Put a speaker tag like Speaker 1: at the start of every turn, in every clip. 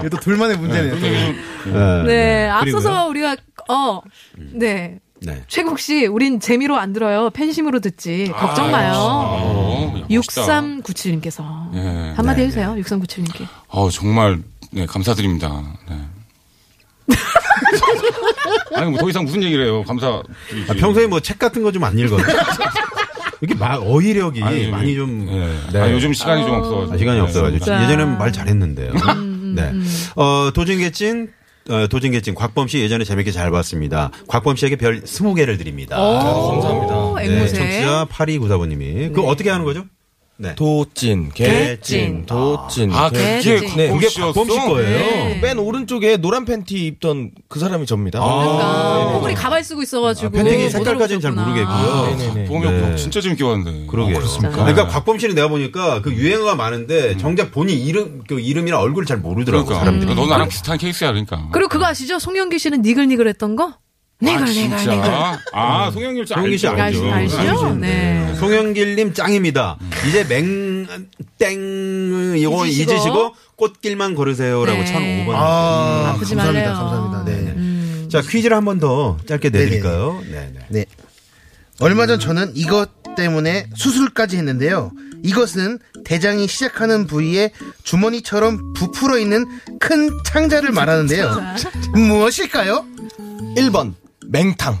Speaker 1: 이게 또 둘만의 문제네요.
Speaker 2: 네.
Speaker 3: 네.
Speaker 2: 그리고요.
Speaker 3: 앞서서 우리가, 어, 네.
Speaker 2: 네.
Speaker 3: 최국 씨, 우린 재미로 안 들어요. 팬심으로 듣지.
Speaker 2: 아,
Speaker 3: 걱정 마요.
Speaker 4: 아, 멋있다.
Speaker 3: 6397님께서.
Speaker 2: 네,
Speaker 4: 예.
Speaker 3: 한마디 해주세요. 6397님께.
Speaker 4: 어, 정말, 네, 감사드립니다. 네. 아니, 뭐, 더 이상 무슨 얘기를 해요. 감사.
Speaker 2: 아, 평소에 뭐 책 같은 거 좀 안 읽어요. 이렇게 막 어휘력이
Speaker 4: 아니,
Speaker 2: 많이
Speaker 4: 요즘-
Speaker 2: 좀.
Speaker 4: 예.
Speaker 2: 네.
Speaker 4: 아, 요즘 시간이 좀 없어가지고.
Speaker 2: 아, 시간이
Speaker 4: 네.
Speaker 2: 없어가지고.
Speaker 3: 진짜.
Speaker 2: 예전에는 말 잘했는데요.
Speaker 3: 음,
Speaker 2: 네. 어, 도진개찐. 어, 도진개찐 곽범 씨 예전에 재밌게 잘 봤습니다. 곽범 씨에게 별 20개를 드립니다.
Speaker 3: 감사합니다.
Speaker 2: 네,
Speaker 3: 앵무새.
Speaker 2: 정치자 8294번님이. 그거 어떻게 하는 거죠? 네.
Speaker 1: 도찐,
Speaker 2: 개찐.
Speaker 1: 개찐, 도찐.
Speaker 4: 아,
Speaker 1: 개-
Speaker 4: 그게
Speaker 3: 네.
Speaker 1: 네.
Speaker 4: 곽범
Speaker 2: 그게
Speaker 4: 씨였어?
Speaker 2: 곽범 씨 거예요.
Speaker 3: 네.
Speaker 1: 맨 오른쪽에 노란 팬티 입던 그 사람이
Speaker 4: 아.
Speaker 1: 접니다.
Speaker 2: 어, 네,
Speaker 3: 그러니까
Speaker 4: 어,
Speaker 3: 얼굴이 가발 쓰고 있어가지고.
Speaker 2: 아, 팬티기
Speaker 3: 못
Speaker 2: 색깔까지는 잘
Speaker 3: 알아보셨구나.
Speaker 2: 모르겠고요.
Speaker 1: 네네네.
Speaker 4: 보면
Speaker 2: 네.
Speaker 4: 진짜 재밌게 봤는데.
Speaker 2: 그러게요.
Speaker 3: 아,
Speaker 4: 그렇습니까?
Speaker 2: 러니까 곽범 씨는 내가 보니까 그 유행어가 많은데
Speaker 3: 음.
Speaker 2: 정작 본인 이름 그 이름이나 얼굴을 잘 모르더라고
Speaker 4: 그러니까.
Speaker 2: 사람들이.
Speaker 4: 너 나랑 비슷한 케이스야, 그러니까.
Speaker 3: 그리고 그거 아시죠? 송영기 씨는 니글니글 했던 거? 니글,
Speaker 4: 아,
Speaker 3: 니글, 니글.
Speaker 4: 진짜. 아, 송영길 씨
Speaker 2: 송영길 씨
Speaker 4: 알죠.
Speaker 2: 알죠.
Speaker 3: 알죠? 네.
Speaker 2: 송영길님 짱입니다. 이제 맹땡 이거
Speaker 3: 잊으시고.
Speaker 2: 잊으시고 꽃길만 걸으세요라고
Speaker 3: 네.
Speaker 2: 1005번.
Speaker 1: 아,
Speaker 3: 아프지
Speaker 1: 감사합니다.
Speaker 3: 말래요.
Speaker 1: 감사합니다. 네.
Speaker 2: 자 퀴즈를 한 번 더 짧게 내드릴까요? 네, 네.
Speaker 5: 네. 얼마 전 저는 이것 때문에 수술까지 했는데요. 이것은 대장이 시작하는 부위에 주머니처럼 부풀어 있는 큰 창자를 말하는데요. 음, 무엇일까요?
Speaker 1: 1번 맹탕,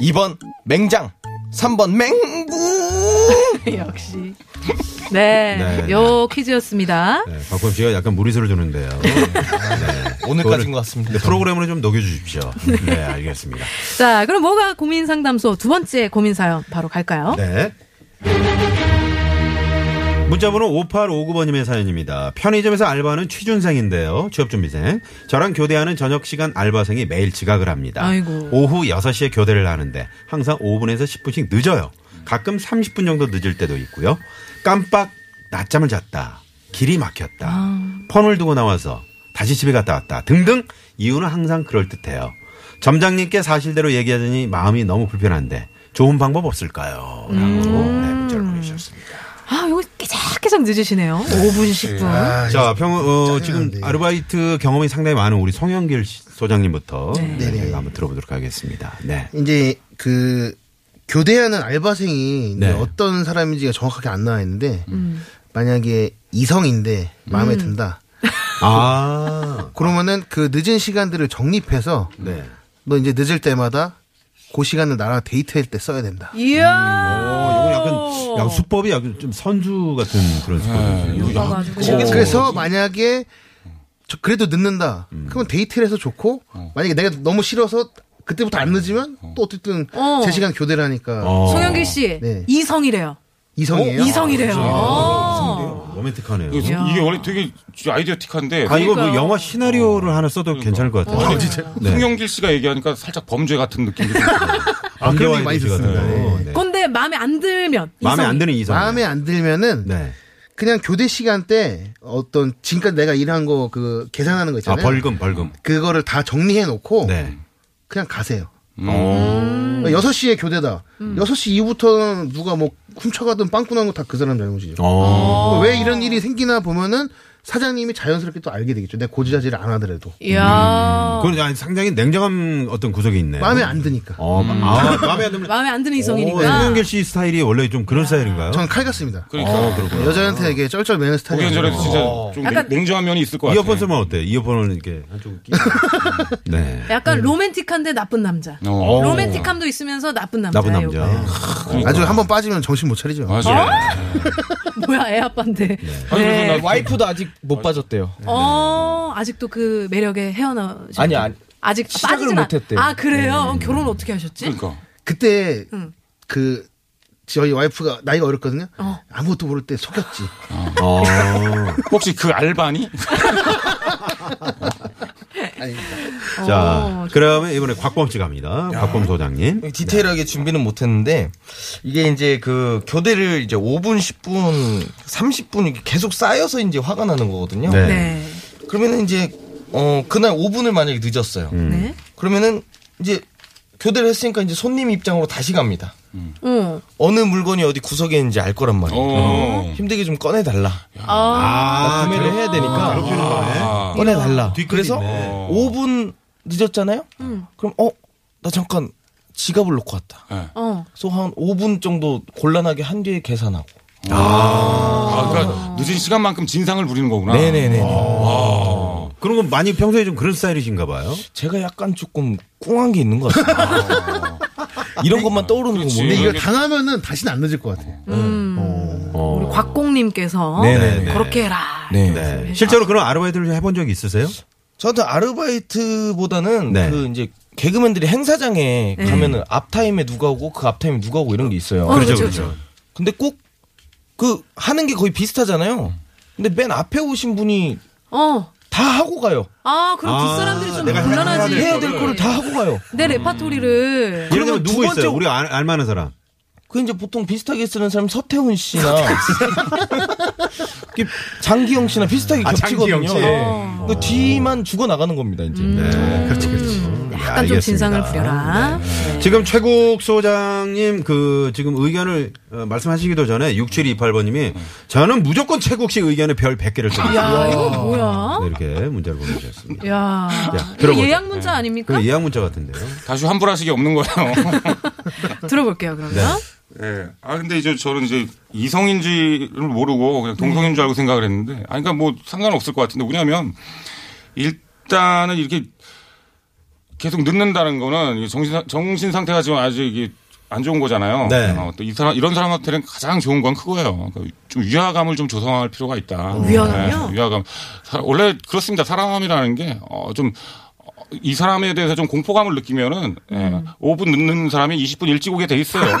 Speaker 1: 2번 맹장, 3번 맹구.
Speaker 3: 역시. 네,
Speaker 2: 네,
Speaker 3: 요 퀴즈였습니다.
Speaker 2: 네, 곽범 씨가 약간 무리수를 두는데요.
Speaker 1: 오늘까지인 네, 것 같습니다.
Speaker 2: 네, 프로그램으로 좀 녹여주십시오. 네, 알겠습니다.
Speaker 3: 자, 그럼 뭐가 고민 상담소 두 번째 고민 사연 바로 갈까요?
Speaker 2: 네. 문자번호 5859번님의 사연입니다. 편의점에서 알바하는 취준생인데요. 취업준비생. 저랑 교대하는 저녁시간 알바생이 매일 지각을 합니다.
Speaker 3: 아이고.
Speaker 2: 오후 6시에 교대를 하는데 항상 5분에서 10분씩 늦어요. 가끔 30분 정도 늦을 때도 있고요. 깜빡 낮잠을 잤다. 길이 막혔다.
Speaker 3: 아.
Speaker 2: 폰을 두고 나와서 다시 집에 갔다 왔다. 등등 이유는 항상 그럴듯해요. 점장님께 사실대로 얘기하자니 마음이 너무 불편한데 좋은 방법 없을까요? 라고
Speaker 3: 음.
Speaker 2: 네, 문자를 보내주셨습니다.
Speaker 3: 아, 요거 깨작깨작 늦으시네요. 5분, 10분.
Speaker 5: 아,
Speaker 2: 자, 평, 어, 지금 아르바이트 경험이 상당히 많은 우리 성현길 씨- 소장님부터 네, 저희가 한번 들어보도록 하겠습니다. 네.
Speaker 5: 이제 그 교대하는 알바생이 이제
Speaker 2: 네.
Speaker 5: 어떤 사람인지가 정확하게 안 나와 있는데 만약에 이성인데 음. 마음에 든다.
Speaker 2: 아,
Speaker 5: 그러면은 그 늦은 시간들을 정립해서
Speaker 2: 네.
Speaker 5: 너 이제 늦을 때마다 그 시간을 나랑 데이트할 때 써야 된다.
Speaker 3: 이야.
Speaker 2: 어, 이건 약간, 약간 수법이 약간 좀 선수 같은 그런
Speaker 5: 네.
Speaker 2: 수법이에요.
Speaker 5: 그래서
Speaker 2: 음. 어.
Speaker 5: 만약에 저 그래도 늦는다. 그러면 데이트를 해서 좋고 만약에 내가 너무 싫어서 그때부터 안 늦으면 또 어쨌든
Speaker 3: 어.
Speaker 5: 제 시간 교대를 하니까
Speaker 2: 어.
Speaker 3: 송영길 씨
Speaker 5: 네.
Speaker 3: 이성이래요.
Speaker 2: 네.
Speaker 5: 이성이에요.
Speaker 2: 아,
Speaker 3: 이성이래요.
Speaker 2: 그렇죠.
Speaker 3: 어.
Speaker 2: 로맨틱하네요.
Speaker 4: 이게, 이게 원래 되게 아이디어틱한데
Speaker 2: 아 이거 뭐
Speaker 3: 그러니까요.
Speaker 2: 영화 시나리오를
Speaker 5: 어.
Speaker 2: 하나 써도
Speaker 5: 그러니까.
Speaker 2: 괜찮을 것 같아요.
Speaker 4: 아니,
Speaker 2: 네.
Speaker 4: 송영길 씨가 얘기하니까 살짝 범죄 같은 느낌이 좀
Speaker 5: 아, 그런
Speaker 2: 안겨와야
Speaker 5: 얘기 많이
Speaker 2: 되지 같아요.
Speaker 5: 듣습니다. 네.
Speaker 2: 네.
Speaker 3: 근데 마음에 안 들면
Speaker 2: 마음에
Speaker 3: 이성이.
Speaker 2: 안 드는 이성.
Speaker 5: 마음에 안 들면은
Speaker 2: 네.
Speaker 5: 그냥 교대 시간 때 어떤 지금까지 내가 일한 거 그 계산하는 거
Speaker 2: 아
Speaker 5: 있잖아요. 어.
Speaker 2: 벌금 벌금.
Speaker 5: 그거를 다 정리해 놓고
Speaker 2: 네.
Speaker 5: 그냥 가세요.
Speaker 2: 어.
Speaker 5: 6시에 교대다. 6시 이후부터는 누가 뭐 훔쳐가든 빵꾸난 거 다 그 사람 잘못이죠.
Speaker 2: 어.
Speaker 5: 왜 이런 일이 생기나 보면은 사장님이 자연스럽게 또 알게 되겠죠. 내가 고지자질을 안 하더라도.
Speaker 3: 이야.
Speaker 2: 그건 아니, 상당히 냉정한 어떤 구석이 있네.
Speaker 5: 마음에 안 드니까.
Speaker 2: 어, 아, 마음에 안 들면.
Speaker 3: 마음에 안 드는
Speaker 2: 어,
Speaker 3: 이성이니까. 아,
Speaker 2: 송영길 씨 스타일이 원래 좀 그런 스타일인가요?
Speaker 5: 저는 칼 같습니다.
Speaker 4: 그러니까
Speaker 5: 여자한테 이게 쩔쩔 매는
Speaker 4: 보기
Speaker 5: 스타일이에요.
Speaker 4: 전에도 진짜 좀
Speaker 3: 약간-
Speaker 4: 냉, 정한 면이 있을 것 같아요.
Speaker 2: 이어폰 쓰면 어때? 이어폰을 이렇게 한쪽 끼. 네.
Speaker 3: 약간 로맨틱한데 나쁜 남자.
Speaker 4: 어.
Speaker 3: 로맨틱함도 있으면서 나쁜 남자.
Speaker 2: 나쁜 남자.
Speaker 5: 아주 한번 빠지면 정신 못 차리죠.
Speaker 3: 어?
Speaker 4: 맞아.
Speaker 3: 뭐야 애 아빠인데.
Speaker 2: 네.
Speaker 4: 아니,
Speaker 3: 네.
Speaker 4: 그래서 나-
Speaker 1: 와이프도 아직 못 빠졌대요.
Speaker 3: 어 아직도 그 매력에 헤어나.
Speaker 1: 네. 아니, 아니.
Speaker 3: 아직
Speaker 1: 시작을
Speaker 3: 빠지진 않-
Speaker 1: 못했대요. 네.
Speaker 3: 아 그래요? 결혼 어떻게 하셨지?
Speaker 4: 그러니까.
Speaker 5: 그때
Speaker 3: 응.
Speaker 5: 그 저희 와이프가 나이가 어렸거든요.
Speaker 3: 어.
Speaker 5: 아무것도 모를 때 속였지.
Speaker 2: 어.
Speaker 4: 혹시 그 알바니?
Speaker 3: 어,
Speaker 2: 자, 그러면 이번에 곽범 씨 갑니다. 곽범 소장님.
Speaker 1: 네. 디테일하게 준비는 못했는데 이게 이제 그 교대를 이제 5분, 10분, 30분 이렇게 계속 쌓여서 이제 화가 나는 거거든요.
Speaker 2: 네.
Speaker 3: 네.
Speaker 1: 그러면은 이제 어 그날 5분을 만약에 늦었어요.
Speaker 3: 네.
Speaker 1: 그러면은 이제 교대를 했으니까 이제 손님 입장으로 다시 갑니다.
Speaker 3: 응.
Speaker 1: 어느 물건이 어디 구석에 있는지 알 거란 말이에요.
Speaker 4: 어.
Speaker 1: 힘들게 좀 꺼내 달라.
Speaker 2: 아,
Speaker 1: 구매를 해야 되니까
Speaker 4: 아.
Speaker 1: 꺼내 달라.
Speaker 2: 뒷글이
Speaker 1: 그래서
Speaker 2: 있네. 어. 음.
Speaker 1: 5분 늦었잖아요. 그럼 어 나 잠깐 지갑을 놓고 왔다.
Speaker 4: 네.
Speaker 3: 어.
Speaker 1: 그래서 한 5분 정도 곤란하게 한 뒤에 계산하고.
Speaker 4: 아,
Speaker 3: 어.
Speaker 4: 그러니까 늦은 시간만큼 진상을 부리는 거구나.
Speaker 1: 네네네.
Speaker 2: 그런 건 많이 평소에 좀 그런 스타일이신가 봐요.
Speaker 1: 제가 약간 조금 꿍한 게 있는 것 같아요. 이런 것만 떠오르는 거
Speaker 4: 그렇지.
Speaker 1: 모르
Speaker 5: 근데 이걸
Speaker 4: 이게-
Speaker 5: 당하면은 다시는 안 늦을 것 같아요.
Speaker 4: 어.
Speaker 3: 음. 어. 우리 곽공님께서
Speaker 1: 음. 어. 네네네.
Speaker 3: 그렇게 해라.
Speaker 1: 네.
Speaker 2: 네. 실제로 그런 아르바이트를 해본 적이 있으세요?
Speaker 1: 저도 아르바이트보다는
Speaker 2: 네.
Speaker 1: 그 이제 개그맨들이 행사장에 가면은 앞타임에 누가 오고 그 앞타임에 누가 오고 이런 게 있어요.
Speaker 3: 네. 어, 그렇죠,
Speaker 1: 근데 꼭 그 하는 게 거의 비슷하잖아요. 근데 맨 앞에 오신 분이
Speaker 3: 어.
Speaker 1: 다 하고 가요.
Speaker 3: 아 그럼
Speaker 2: 아,
Speaker 3: 두 사람들이 좀
Speaker 2: 내가
Speaker 3: 곤란하지.
Speaker 1: 해야 될 거를 다 하고 가요.
Speaker 3: 내 레파토리를.
Speaker 2: 예를 들면
Speaker 1: 두
Speaker 2: 누구
Speaker 1: 번째-
Speaker 2: 있어요? 우리 알, 알만한 사람.
Speaker 1: 그 이제 보통 비슷하게 쓰는 사람 서태훈 씨나 이렇게 장기영 씨나 비슷하게
Speaker 2: 아,
Speaker 1: 겹치거든요.
Speaker 2: 장기영 씨.
Speaker 1: 예. 그 뒤만 죽어 나가는 겁니다 이제.
Speaker 2: 네, 그렇지, 그렇지.
Speaker 3: 음. 약간 좀 진상을 부려라.
Speaker 1: 네.
Speaker 3: 네.
Speaker 2: 지금 최국 소장님 그 지금 의견을 어, 말씀하시기도 전에 6728번님이 저는 무조건 최국 씨 의견에 별 100개를
Speaker 3: 음. 야,
Speaker 2: 써요.
Speaker 3: 이거 뭐야?
Speaker 2: 네, 이렇게 문자를 보내주셨습니다.
Speaker 3: 야,
Speaker 2: 야,
Speaker 3: 이거
Speaker 2: 들어보자.
Speaker 3: 예약
Speaker 1: 네.
Speaker 3: 문자 아닙니까?
Speaker 2: 그 예약 문자 같은데요.
Speaker 4: 다시 환불하시기 없는 거예요.
Speaker 3: 들어볼게요, 그러면.
Speaker 1: 네.
Speaker 4: 예. 아 근데 이제 저는 이제 이성인지를 모르고 그냥 동성인 줄 알고 생각을 했는데, 아 그러니까 뭐 상관없을 것 같은데 왜냐하면 일단은 이렇게 계속 늦는다는 거는 이게 정신 정신 상태가 지금 아주 이게 안 좋은 거잖아요.
Speaker 2: 네.
Speaker 4: 어, 또이 사람 이런 사람한테는 가장 좋은 건 그거예요. 그러니까 좀 위화감을 좀 조성할 필요가 있다.
Speaker 3: 위화감이요?
Speaker 4: 네, 위화감. 사- 원래 그렇습니다. 사람이라는 게좀 이 사람에 대해서 좀 공포감을 느끼면은
Speaker 3: 음.
Speaker 4: 예, 5분 늦는 사람이 20분 일찍 오게 돼 있어요.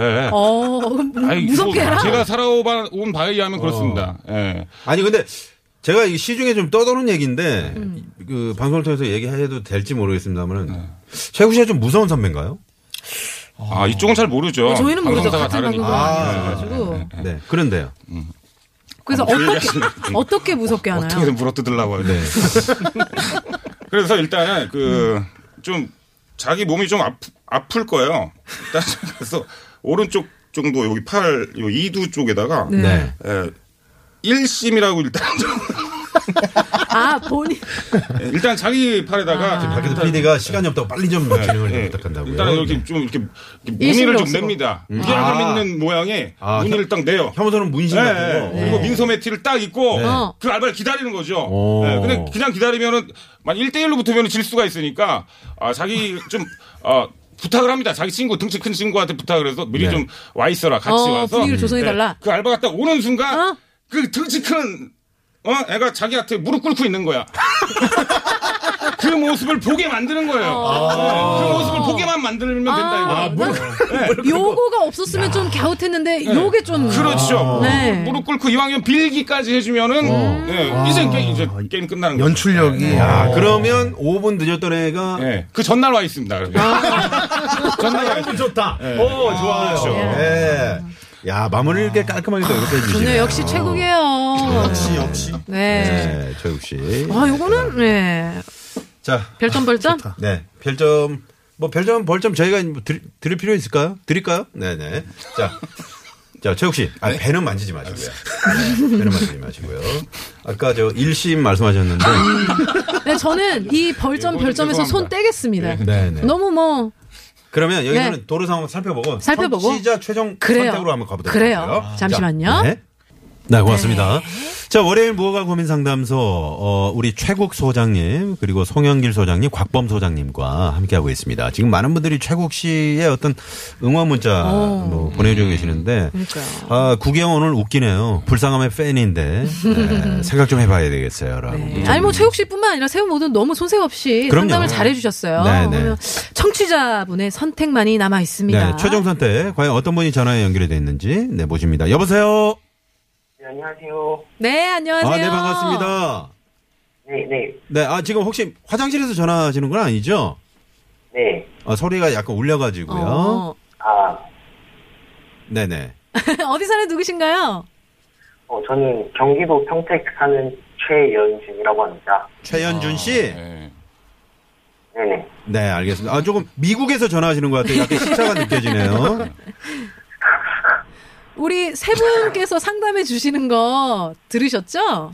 Speaker 4: 예.
Speaker 3: 어, 그럼 무-
Speaker 4: 아니,
Speaker 3: 무섭게
Speaker 4: 뭐
Speaker 3: 해라.
Speaker 4: 제가 살아온 바에 의하면 그렇습니다. 예.
Speaker 2: 아니 근데 제가 이 시중에 좀 떠도는 얘기인데
Speaker 3: 음.
Speaker 2: 그 방송을 통해서 얘기해도 될지 모르겠습니다만은
Speaker 4: 네.
Speaker 2: 최국 씨가 좀 무서운 선배인가요?
Speaker 4: 아, 이쪽은 잘 모르죠.
Speaker 3: 어, 저희는 모르죠.
Speaker 4: 방송사가
Speaker 3: 같은 방송을
Speaker 4: 다르니까. 아,
Speaker 3: 아니어가지고.
Speaker 2: 네. 그런데요.
Speaker 3: 그래서 어떻게, 어떻게 무섭게 하나요?
Speaker 4: 아, 어떻게든 물어뜯으려고. 네. 그래서 일단은 그 좀 자기 몸이 좀 아프, 아플 거예요. 일단 그래서 오른쪽 정도 여기 팔, 요 이두 쪽에다가
Speaker 3: 네.
Speaker 2: 네.
Speaker 4: 예, 일심이라고 일단 좀
Speaker 3: 아, 본인.
Speaker 2: 네.
Speaker 4: 일단 자기 팔에다가 이렇게
Speaker 2: 박혜도 PD가 시간이 없다고 빨리 좀 진행을 좀
Speaker 4: 예,
Speaker 2: 아. 부탁한다고요.
Speaker 4: 일단은 이렇게
Speaker 2: 네.
Speaker 4: 좀 이렇게, 이렇게
Speaker 3: 일심이
Speaker 4: 무늬를 좀
Speaker 3: 없어.
Speaker 4: 냅니다. 무게감이
Speaker 2: 아.
Speaker 4: 있는 모양의
Speaker 2: 아,
Speaker 4: 무늬를 딱 내요.
Speaker 2: 혐오스러운
Speaker 3: 네,
Speaker 2: 문신
Speaker 4: 예,
Speaker 2: 같은 거.
Speaker 4: 예. 그리고 민소매 티를 딱 입고
Speaker 3: 어.
Speaker 4: 그 알바를 기다리는 거죠.
Speaker 2: 오.
Speaker 4: 예, 근데 그냥 기다리면은 만 1대1로 붙으면 질 수가 있으니까 아, 자기 좀 아, 부탁을 합니다. 자기 친구 등치 큰 친구한테 부탁을 해서 미리
Speaker 2: 네.
Speaker 4: 좀 와 있어라. 같이
Speaker 3: 어,
Speaker 4: 와서
Speaker 3: 분위기를 조성해달라.
Speaker 4: 예, 그 알바가 딱 오는 순간
Speaker 3: 어?
Speaker 4: 그 등치 큰 어? 애가 자기한테 무릎 꿇고 있는 거야. 그 모습을 보게 만드는 거예요.
Speaker 3: 어.
Speaker 4: 네, 그 모습을 보게만 만들면 된다 이거.
Speaker 3: 아, 난 요거가 없었으면 좀 갸웃했는데 요게 좀
Speaker 4: 네. 그렇죠.
Speaker 3: 네.
Speaker 4: 무릎 꿇고 이왕이면 빌기까지 해주면은 네, 이제 게, 이제 게임 끝나는 거죠.
Speaker 5: 연출력이
Speaker 2: 야, 그러면 5분 늦었던 애가
Speaker 4: 어. 네, 그 전날 와 있습니다. 전날 와 있습니다. 그렇죠.
Speaker 6: 좋다. 오, 좋아요.
Speaker 2: 예. 야, 마무리를 이렇게 깔끔하게 또 이렇게
Speaker 3: 저는
Speaker 2: 해주시네.
Speaker 3: 아. 역시 최고예요.
Speaker 1: 역시 역시.
Speaker 3: 네.
Speaker 2: 네, 조육 씨.
Speaker 3: 아, 요거는 네.
Speaker 2: 자,
Speaker 3: 별점 별점?
Speaker 2: 네. 별점 뭐 별점 벌점 저희가 뭐 드릴, 드릴 필요 있을까요? 드릴까요? 네, 네. 자. 자, 최욱 씨. 아, 배는 만지지 마시고요. 네, 배는 만지지 마시고요. 아까 저 일심 말씀하셨는데
Speaker 3: 네, 저는 이 벌점
Speaker 4: 이거
Speaker 3: 별점에서 손
Speaker 4: 죄송합니다.
Speaker 3: 떼겠습니다.
Speaker 2: 네, 네.
Speaker 3: 너무 뭐
Speaker 2: 그러면 여기는
Speaker 3: 네.
Speaker 2: 도로 상황 살펴보고
Speaker 3: 살펴보고.
Speaker 2: 시자 최종
Speaker 3: 그래요.
Speaker 2: 선택으로 한번 가보도록
Speaker 3: 그래요.
Speaker 2: 할게요.
Speaker 3: 잠시만요.
Speaker 2: 자, 네. 네, 고맙습니다. 자, 월요일 무허가 고민 상담소, 어, 우리 최국 소장님, 그리고 송영길 소장님, 곽범 소장님과 함께하고 있습니다. 지금 많은 분들이 최국 씨의 어떤 응원 문자
Speaker 3: 오.
Speaker 2: 뭐 보내주고 계시는데,
Speaker 3: 그러니까요.
Speaker 2: 아, 구경 오늘 웃기네요. 불쌍함의 팬인데, 네, 생각 좀 해봐야 되겠어요. 라고.
Speaker 4: 음.
Speaker 3: 네. 아니 뭐 최욱 씨뿐만 아니라 세우 모두 너무 손색 없이
Speaker 2: 그럼요.
Speaker 3: 상담을 잘해 주셨어요.
Speaker 2: 네, 네.
Speaker 3: 그러면 청취자분의 선택만이 남아 있습니다.
Speaker 2: 네, 최종 선택, 과연 어떤 분이 전화에 연결이 돼 있는지, 네, 모십니다. 여보세요?
Speaker 7: 안녕하세요.
Speaker 3: 네, 안녕하세요.
Speaker 2: 아, 네, 반갑습니다.
Speaker 7: 네, 네,
Speaker 2: 네, 아, 지금 혹시 화장실에서 전화하시는 건 아니죠?
Speaker 7: 네.
Speaker 2: 아, 소리가 약간 울려가지고요.
Speaker 3: 어.
Speaker 7: 아,
Speaker 2: 네네.
Speaker 3: 어디 사는 누구신가요?
Speaker 7: 어, 저는 경기도 평택 사는 최연진이라고 합니다.
Speaker 2: 최현준 씨?
Speaker 4: 네.
Speaker 7: 네네.
Speaker 2: 네, 알겠습니다. 아, 조금 미국에서 전화하시는 것 같아요. 약간 시차가 느껴지네요.
Speaker 3: 우리 세 분께서 상담해 주시는 거 들으셨죠?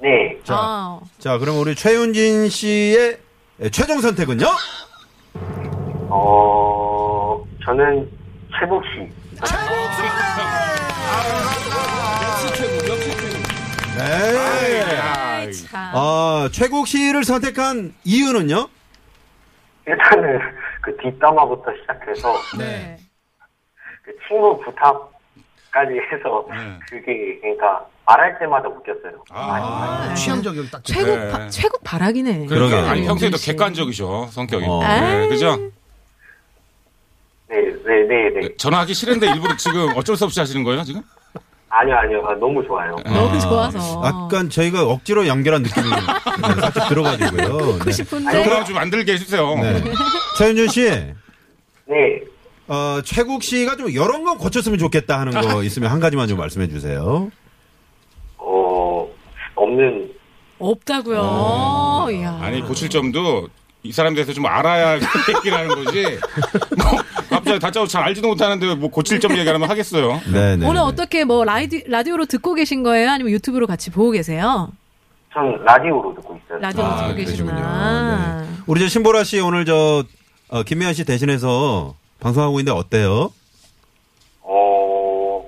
Speaker 7: 네.
Speaker 3: 아,
Speaker 2: 자, 그럼 우리 최윤진 씨의 최종 선택은요?
Speaker 7: 어, 저는 최복 씨.
Speaker 2: 네.
Speaker 4: 아,
Speaker 3: 참.
Speaker 2: 아, 최국 씨를 선택한 이유는요?
Speaker 7: 일단은 그 뒷담화부터 시작해서
Speaker 3: 네.
Speaker 7: 그 친구 부탁까지 해서 그게 그러니까 말할 때마다 웃겼어요.
Speaker 3: 아,
Speaker 5: 취향적이고 딱
Speaker 3: 최고
Speaker 4: 네.
Speaker 3: 바, 최고 바라기네.
Speaker 4: 그러게.
Speaker 2: 그러게요.
Speaker 4: 그러니까 아니, 평소에도
Speaker 3: 역시.
Speaker 4: 객관적이죠 성격이.
Speaker 2: 어.
Speaker 4: 네, 그죠? 예,
Speaker 7: 네, 네, 네, 네.
Speaker 4: 전화하기 싫은데 일부러 지금 어쩔 수 없이 하시는 거예요 지금?
Speaker 7: 아니요, 아니요. 아, 너무 좋아요.
Speaker 3: 너무 좋아서.
Speaker 2: 약간 저희가 억지로 연결한 느낌이 살짝 들어가지고요.
Speaker 3: 듣고
Speaker 2: 네.
Speaker 3: 싶은데.
Speaker 4: 그럼 좀 만들게 해주세요.
Speaker 2: 네. 최윤준 씨,
Speaker 7: 네.
Speaker 2: 어, 최국 씨가 좀 이런 건 고쳤으면 좋겠다 하는 거 있으면 한 가지만 좀 말씀해 주세요.
Speaker 7: 어, 없는
Speaker 3: 없다고요.
Speaker 2: 어.
Speaker 3: 이야.
Speaker 4: 아니 고칠 점도 이 사람에 대해서 좀 알아야 얘기를 하는 거지. 뭐, 갑자기 다짜고짜 잘 알지도 못하는데 왜뭐 고칠 점 얘기하면 하겠어요.
Speaker 2: 네네.
Speaker 3: 오늘 어떻게 뭐 라이디, 라디오로 듣고 계신 거예요? 아니면 유튜브로 같이 보고 계세요?
Speaker 7: 전 라디오로 듣고 있어요.
Speaker 3: 라디오로
Speaker 2: 아,
Speaker 3: 듣고 계시구나.
Speaker 2: 네. 우리 저 신보라 씨 오늘 저 어, 김미아 씨 대신해서 방송하고 있는데 어때요?
Speaker 7: 어,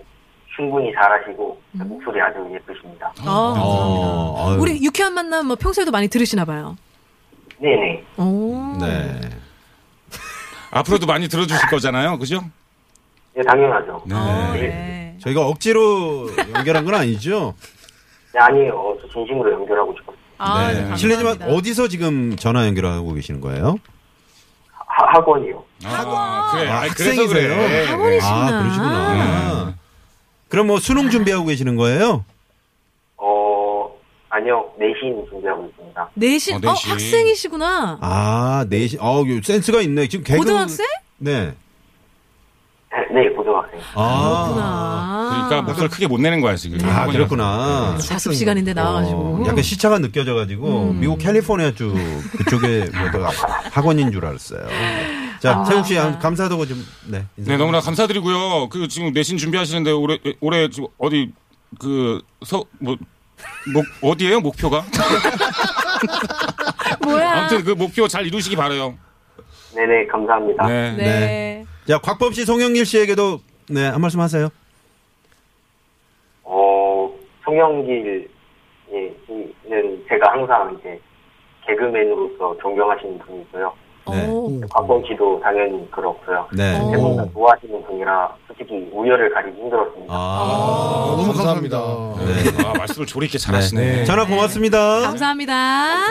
Speaker 7: 충분히 잘하시고
Speaker 3: 음.
Speaker 7: 목소리 아주 예쁘십니다.
Speaker 3: 어,
Speaker 2: 네.
Speaker 3: 감사합니다.
Speaker 2: 어, 아유.
Speaker 3: 우리 유쾌한 만남 뭐 평소에도 많이 들으시나 봐요.
Speaker 7: 네네.
Speaker 3: 오.
Speaker 2: 네.
Speaker 4: 앞으로도 많이 들어주실 거잖아요, 그죠?
Speaker 7: 네, 당연하죠. 네.
Speaker 3: 어, 네.
Speaker 2: 저희가 억지로 연결한 건 아니죠?
Speaker 7: 아니에요. 어, 저 진심으로 연결하고 싶어요.
Speaker 3: 아, 네. 감사합니다.
Speaker 2: 실례지만 어디서 지금 전화 연결하고 계시는 거예요?
Speaker 7: 하, 학원이요.
Speaker 4: 아,
Speaker 3: 네,
Speaker 4: 그래.
Speaker 2: 아,
Speaker 4: 아, 그래서
Speaker 2: 학생이세요?
Speaker 4: 그래.
Speaker 3: 학원이시구나.
Speaker 2: 아,
Speaker 3: 음.
Speaker 2: 그러시구나. 그럼 뭐 수능 준비하고 계시는 거예요?
Speaker 7: 어, 아니요. 내신 준비하고 있습니다.
Speaker 3: 내신,
Speaker 4: 어,
Speaker 3: 어,
Speaker 4: 내신.
Speaker 3: 학생이시구나.
Speaker 2: 아, 내신, 어, 센스가 있네. 지금 개그.
Speaker 3: 고등학생?
Speaker 2: 네.
Speaker 7: 네, 고등학생.
Speaker 2: 아.
Speaker 3: 그렇구나.
Speaker 4: 그러니까 목소리 크게 못 내는 거야 지금.
Speaker 2: 아,
Speaker 4: 학원이라서.
Speaker 2: 그렇구나.
Speaker 3: 자습 시간인데 나와가지고. 음.
Speaker 2: 어, 약간 시차가 느껴져가지고 미국 캘리포니아 주 그쪽에 뭐 학원인 줄 알았어요.
Speaker 3: 아.
Speaker 2: 자, 세욱 씨 감- 감사하다고 좀 네. 인사.
Speaker 4: 네, 너무나 감사드리고요. 그 지금 내신 준비하시는데 올해 예, 올해 지금 어디 그 뭐, 그서뭐목 어디예요 목표가?
Speaker 2: 어.
Speaker 3: 뭐야.
Speaker 4: 아무튼 그 목표 잘 이루시기 바래요.
Speaker 7: 네네, 감사합니다.
Speaker 4: 네.
Speaker 3: 네.
Speaker 2: 네. 자, 곽범 씨, 송영길 씨에게도 네, 한 말씀 하세요.
Speaker 7: 어, 송영길, 예, 씨는 제가 항상 이제 개그맨으로서 존경하시는 분이고요.
Speaker 2: 네.
Speaker 3: 오.
Speaker 7: 박범 씨도 당연히 그렇고요.
Speaker 2: 네.
Speaker 7: 세
Speaker 3: 어.
Speaker 7: 분 다 좋아하시는 분이라 솔직히 우열을 가리기 힘들었습니다.
Speaker 2: 아.
Speaker 5: 너무 감사합니다.
Speaker 2: 네.
Speaker 4: 아, 말씀을 조리 있게 잘하시네.
Speaker 2: 전화 고맙습니다.
Speaker 3: 감사합니다.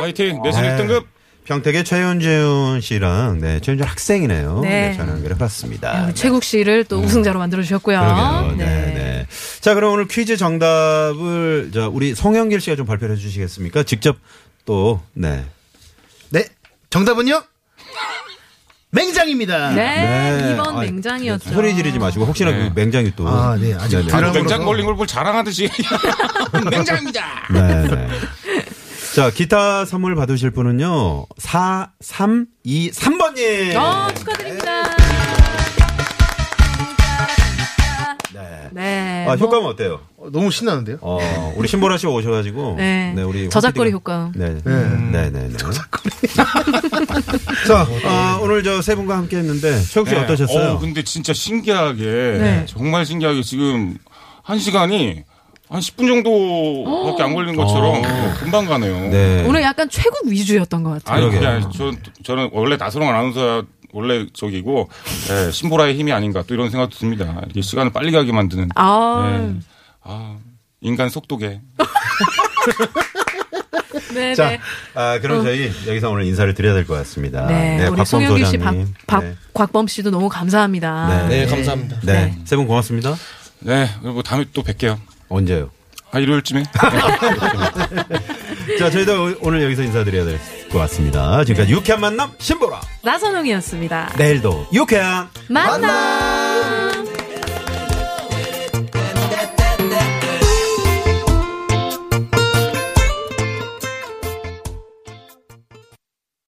Speaker 4: 화이팅 내신
Speaker 2: 네.
Speaker 4: 1등급
Speaker 2: 평택의 최윤준 씨랑 네, 최윤준 학생이네요.
Speaker 3: 네. 아,
Speaker 2: 네, 전화 연결해봤습니다.
Speaker 3: 우리 최국 씨를 또 우승자로 만들어 주셨고요.
Speaker 2: 아, 네. 음. 그러게요. 네. 네, 자, 그럼 오늘 퀴즈 정답을 자, 우리 송영길 씨가 좀 발표해 주시겠습니까? 직접 또 네.
Speaker 5: 네, 정답은요? 맹장입니다.
Speaker 3: 네, 이번
Speaker 2: 아이,
Speaker 3: 맹장이었죠.
Speaker 2: 소리 지르지 마시고 혹시나
Speaker 4: 네.
Speaker 2: 그 맹장이 또
Speaker 5: 아, 네, 아직
Speaker 2: 네네.
Speaker 5: 들어- 사람으로서-
Speaker 4: 냉장 걸린 걸 뭘 자랑하듯이 냉장입니다.
Speaker 2: 네, 네. 자, 기타 선물 받으실 분은요. 4323번 님.
Speaker 3: 어, 축하드립니다. 네. 네.
Speaker 2: 아,
Speaker 3: 뭐,
Speaker 2: 효과는 어때요?
Speaker 5: 어, 너무 신나는데요?
Speaker 2: 어, 우리 신보라 씨가 오셔가지고.
Speaker 3: 네. 저작거리 효과.
Speaker 2: 네. 네, 네, 네. 저작거리. 자, 어, 오늘 저 세 분과 함께 했는데, 최욱 씨
Speaker 4: 네.
Speaker 2: 어떠셨어요?
Speaker 4: 어우, 근데 진짜 신기하게
Speaker 3: 네.
Speaker 4: 정말 신기하게 지금 한 시간이 한 10분 정도밖에 안 걸린 것처럼 어, 금방 가네요.
Speaker 2: 아. 네.
Speaker 3: 오늘 약간 최국 위주였던 것 같아요.
Speaker 4: 아니 그게
Speaker 2: 그러게요.
Speaker 4: 아니, 저는 저는 원래 나선홍 아나운서 원래 저기고 예, 신보라의 힘이 아닌가 또 이런 생각도 듭니다. 이게 시간을 빨리 가게 만드는
Speaker 3: 아,
Speaker 4: 예. 아, 인간 속도계.
Speaker 3: 네,
Speaker 2: 자,
Speaker 3: 네.
Speaker 2: 아, 그럼 저희 여기서 오늘 인사를 드려야 될 것 같습니다.
Speaker 3: 네, 우리
Speaker 2: 아, 곽범
Speaker 3: 송영길 씨, 박,
Speaker 2: 소장님.
Speaker 3: 박,
Speaker 2: 네.
Speaker 3: 곽범 씨도 너무 감사합니다.
Speaker 2: 네.
Speaker 1: 네, 감사합니다.
Speaker 2: 네. 세 분 고맙습니다.
Speaker 4: 네, 그리고 다음에 또 뵐게요.
Speaker 2: 언제요?
Speaker 4: 아 일요일쯤에.
Speaker 2: 자, 저희도 오늘 여기서 인사드려야 될 것 같습니다. 지금까지 유쾌한 만남, 신보라.
Speaker 3: 나선홍이었습니다.
Speaker 2: 내일도 유쾌한
Speaker 3: 만나!